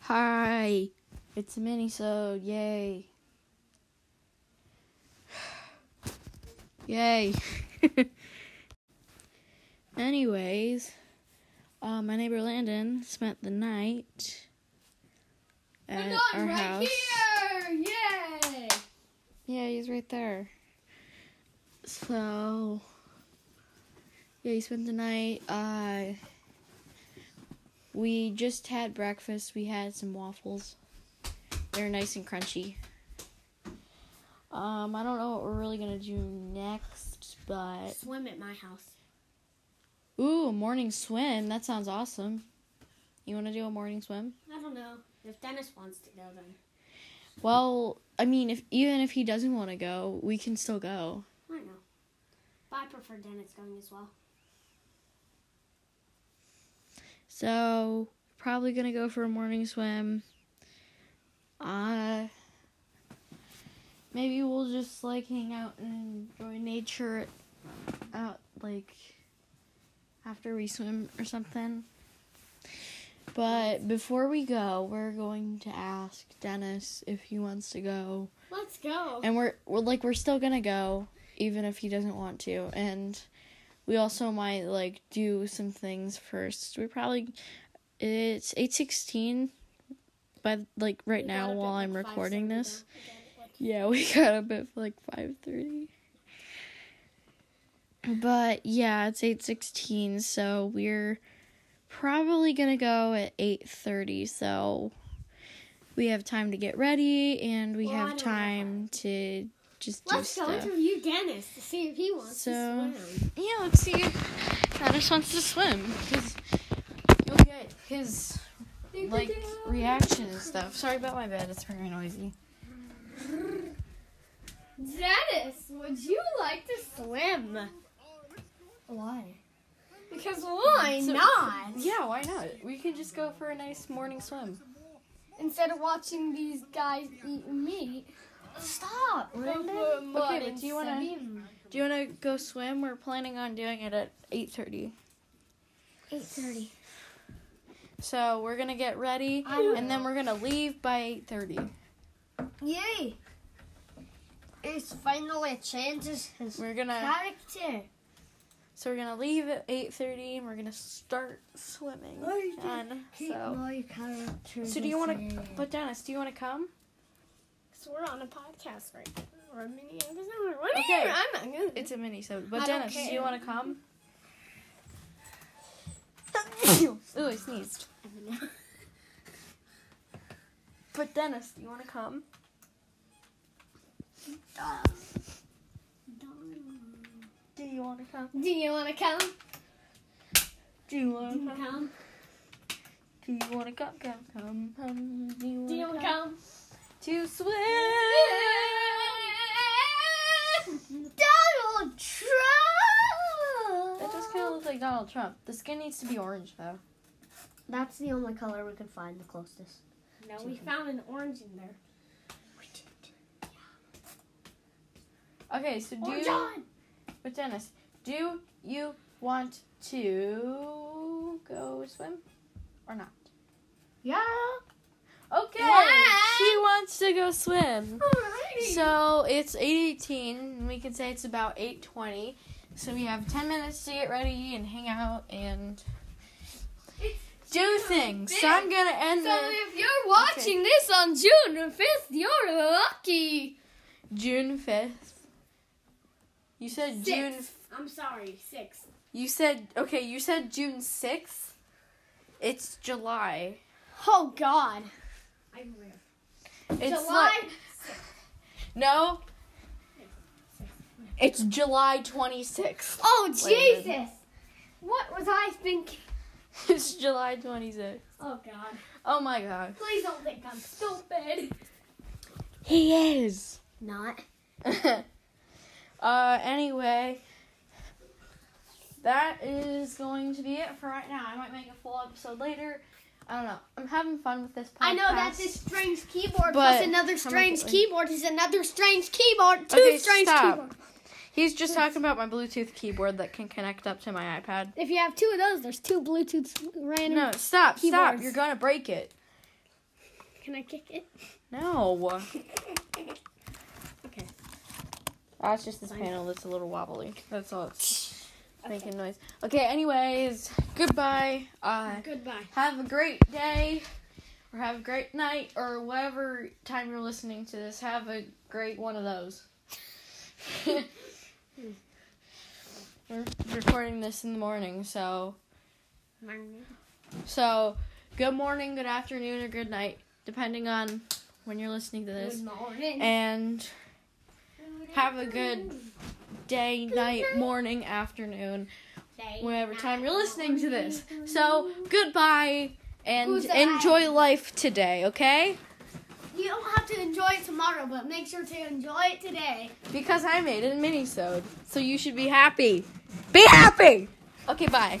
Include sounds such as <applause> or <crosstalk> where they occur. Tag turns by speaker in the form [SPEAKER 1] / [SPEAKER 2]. [SPEAKER 1] Hi, it's a minisode. Yay! Yay! <laughs> Anyways, uh, my neighbor Landon spent the night at
[SPEAKER 2] Look,
[SPEAKER 1] our
[SPEAKER 2] right
[SPEAKER 1] house.
[SPEAKER 2] here! Yay!
[SPEAKER 1] Yeah, he's right there. So, yeah, he spent the night. Uh, we just had breakfast. We had some waffles. They're nice and crunchy. Um, I don't know what we're really gonna do next, but
[SPEAKER 2] Swim at my house.
[SPEAKER 1] ooh, a morning swim. That sounds awesome. You want to do a morning swim?
[SPEAKER 2] I don't know if Dennis wants to go then.
[SPEAKER 1] Well, I mean, if even if he doesn't want to go, we can still go.
[SPEAKER 2] I don't know. But I prefer Dennis going as well.
[SPEAKER 1] So probably gonna go for a morning swim. Uh maybe we'll just like hang out and enjoy nature out like after we swim or something. But before we go, we're going to ask Dennis if he wants to go.
[SPEAKER 2] Let's go.
[SPEAKER 1] And we're we're like we're still gonna go, even if he doesn't want to. And we also might like do some things first. We probably it's eight sixteen by like right now while I'm recording this. Yeah, we <laughs> got up at like five thirty. But yeah, it's eight sixteen, so we're probably gonna go at eight thirty, so we have time to get ready and we
[SPEAKER 2] Well, I
[SPEAKER 1] have
[SPEAKER 2] don't have
[SPEAKER 1] time to just do
[SPEAKER 2] Let's go
[SPEAKER 1] stuff.
[SPEAKER 2] interview Dennis to see if he wants
[SPEAKER 1] So-
[SPEAKER 2] to swim.
[SPEAKER 1] Yeah, let's see if Dennis wants to swim. Cause you'll get his like reaction and stuff. Sorry about my bed, it's very noisy.
[SPEAKER 2] Dennis, would you like to swim?
[SPEAKER 1] Why?
[SPEAKER 2] Because why
[SPEAKER 1] So-
[SPEAKER 2] not?
[SPEAKER 1] Yeah, why not? We can just go for a nice morning swim.
[SPEAKER 2] Instead of watching these guys eat meat. Stop, Brandon.
[SPEAKER 1] Okay, but do you wanna- Do you want to go swim? We're planning on doing it at 8:30.
[SPEAKER 2] 8:30.
[SPEAKER 1] So, we're going to get ready
[SPEAKER 2] I will.
[SPEAKER 1] and then we're going to leave by 8:30.
[SPEAKER 2] Yay! It's finally changes his
[SPEAKER 1] We're going to
[SPEAKER 2] character.
[SPEAKER 1] So, we're going to leave at 8:30 and we're going to start swimming.
[SPEAKER 2] Oh, you did.
[SPEAKER 1] And so
[SPEAKER 2] my character.
[SPEAKER 1] So do you want to But Dennis, do you want to come?
[SPEAKER 2] So we're on a podcast right now. Or a mini episode. What
[SPEAKER 1] Okay.
[SPEAKER 2] okay. I'm not gonna.
[SPEAKER 1] It's a mini so But
[SPEAKER 2] I don't
[SPEAKER 1] Dennis, do you
[SPEAKER 2] care.
[SPEAKER 1] want to
[SPEAKER 2] <coughs>
[SPEAKER 1] come? Ooh, I
[SPEAKER 2] <laughs>
[SPEAKER 1] sneezed. But Dennis, do you want to come? Do you want to come?
[SPEAKER 2] Do you want to come?
[SPEAKER 1] Do you want
[SPEAKER 2] Do you want to come?
[SPEAKER 1] Do you wanna come, come, come, come? Do you
[SPEAKER 2] Do you want to come? <laughs>
[SPEAKER 1] to swim?
[SPEAKER 2] Donald Trump.
[SPEAKER 1] That does kind of look like Donald Trump. The skin needs to be orange though.
[SPEAKER 3] That's the only color we could find the closest.
[SPEAKER 2] No, we found an orange in there.
[SPEAKER 1] Okay, so do
[SPEAKER 2] Orange
[SPEAKER 1] you,
[SPEAKER 2] on.
[SPEAKER 1] but Dennis, do you want to go swim or not?
[SPEAKER 3] Yeah.
[SPEAKER 1] Okay,
[SPEAKER 2] Yeah.
[SPEAKER 1] she wants to go swim.
[SPEAKER 2] Alrighty.
[SPEAKER 1] So it's eight eighteen. We could say it's about eight twenty. So we have ten minutes to get ready and hang out and do things. So I'm gonna end
[SPEAKER 2] So
[SPEAKER 1] this.
[SPEAKER 2] if you're watching this on June 5th, you're lucky.
[SPEAKER 1] June fifth. You said
[SPEAKER 2] Sixth.
[SPEAKER 1] June. f-
[SPEAKER 2] I'm sorry, six.
[SPEAKER 1] You said okay. You said June sixth. It's July.
[SPEAKER 2] Oh God. I live.
[SPEAKER 1] It's
[SPEAKER 2] July.
[SPEAKER 1] not- no. It's July twenty sixth.
[SPEAKER 2] oh
[SPEAKER 1] Wait a
[SPEAKER 2] Jesus! What was I thinking?
[SPEAKER 1] <laughs> It's July twenty sixth.
[SPEAKER 2] Oh God.
[SPEAKER 1] Oh my god.
[SPEAKER 2] Please don't think I'm stupid.
[SPEAKER 1] He is.
[SPEAKER 3] Not.
[SPEAKER 1] <laughs> uh. Anyway. That is going to be it for right now. I might make a full episode later. I don't know. I'm having fun with this podcast.
[SPEAKER 2] I know that this strange
[SPEAKER 1] But-
[SPEAKER 2] keyboard plus another
[SPEAKER 1] Come
[SPEAKER 2] strange
[SPEAKER 1] on, Caitlin.
[SPEAKER 2] keyboard is another strange keyboard. Two
[SPEAKER 1] Okay,
[SPEAKER 2] strange
[SPEAKER 1] stop.
[SPEAKER 2] keyboards.
[SPEAKER 1] He's just talking about my Bluetooth keyboard that can connect up to my iPad.
[SPEAKER 2] If you have two of those, there's two Bluetooth random.
[SPEAKER 1] No, stop, stop.
[SPEAKER 2] Keyboards.
[SPEAKER 1] You're going to break it.
[SPEAKER 4] Can I kick
[SPEAKER 1] <laughs>
[SPEAKER 4] it?
[SPEAKER 1] No.
[SPEAKER 4] Okay.
[SPEAKER 1] Oh, it's just this panel that's a little wobbly. That's all it's making noise. Okay, anyways, goodbye. Uh,
[SPEAKER 4] Goodbye.
[SPEAKER 1] have a great day, or have a great night, or whatever time you're listening to this. Have a great one of those. <laughs> We're recording this in the morning, so so good morning, good afternoon, or good night, depending on when you're listening to this.
[SPEAKER 2] Good morning.
[SPEAKER 1] And have a good day, night, morning, afternoon, whatever time you're listening to this. So goodbye and
[SPEAKER 2] Goodbye.
[SPEAKER 1] enjoy life today, okay?
[SPEAKER 2] You don't have to enjoy it tomorrow, but make sure to enjoy it today.
[SPEAKER 1] Because I made it a mini so you should be happy. Be happy! Okay, bye.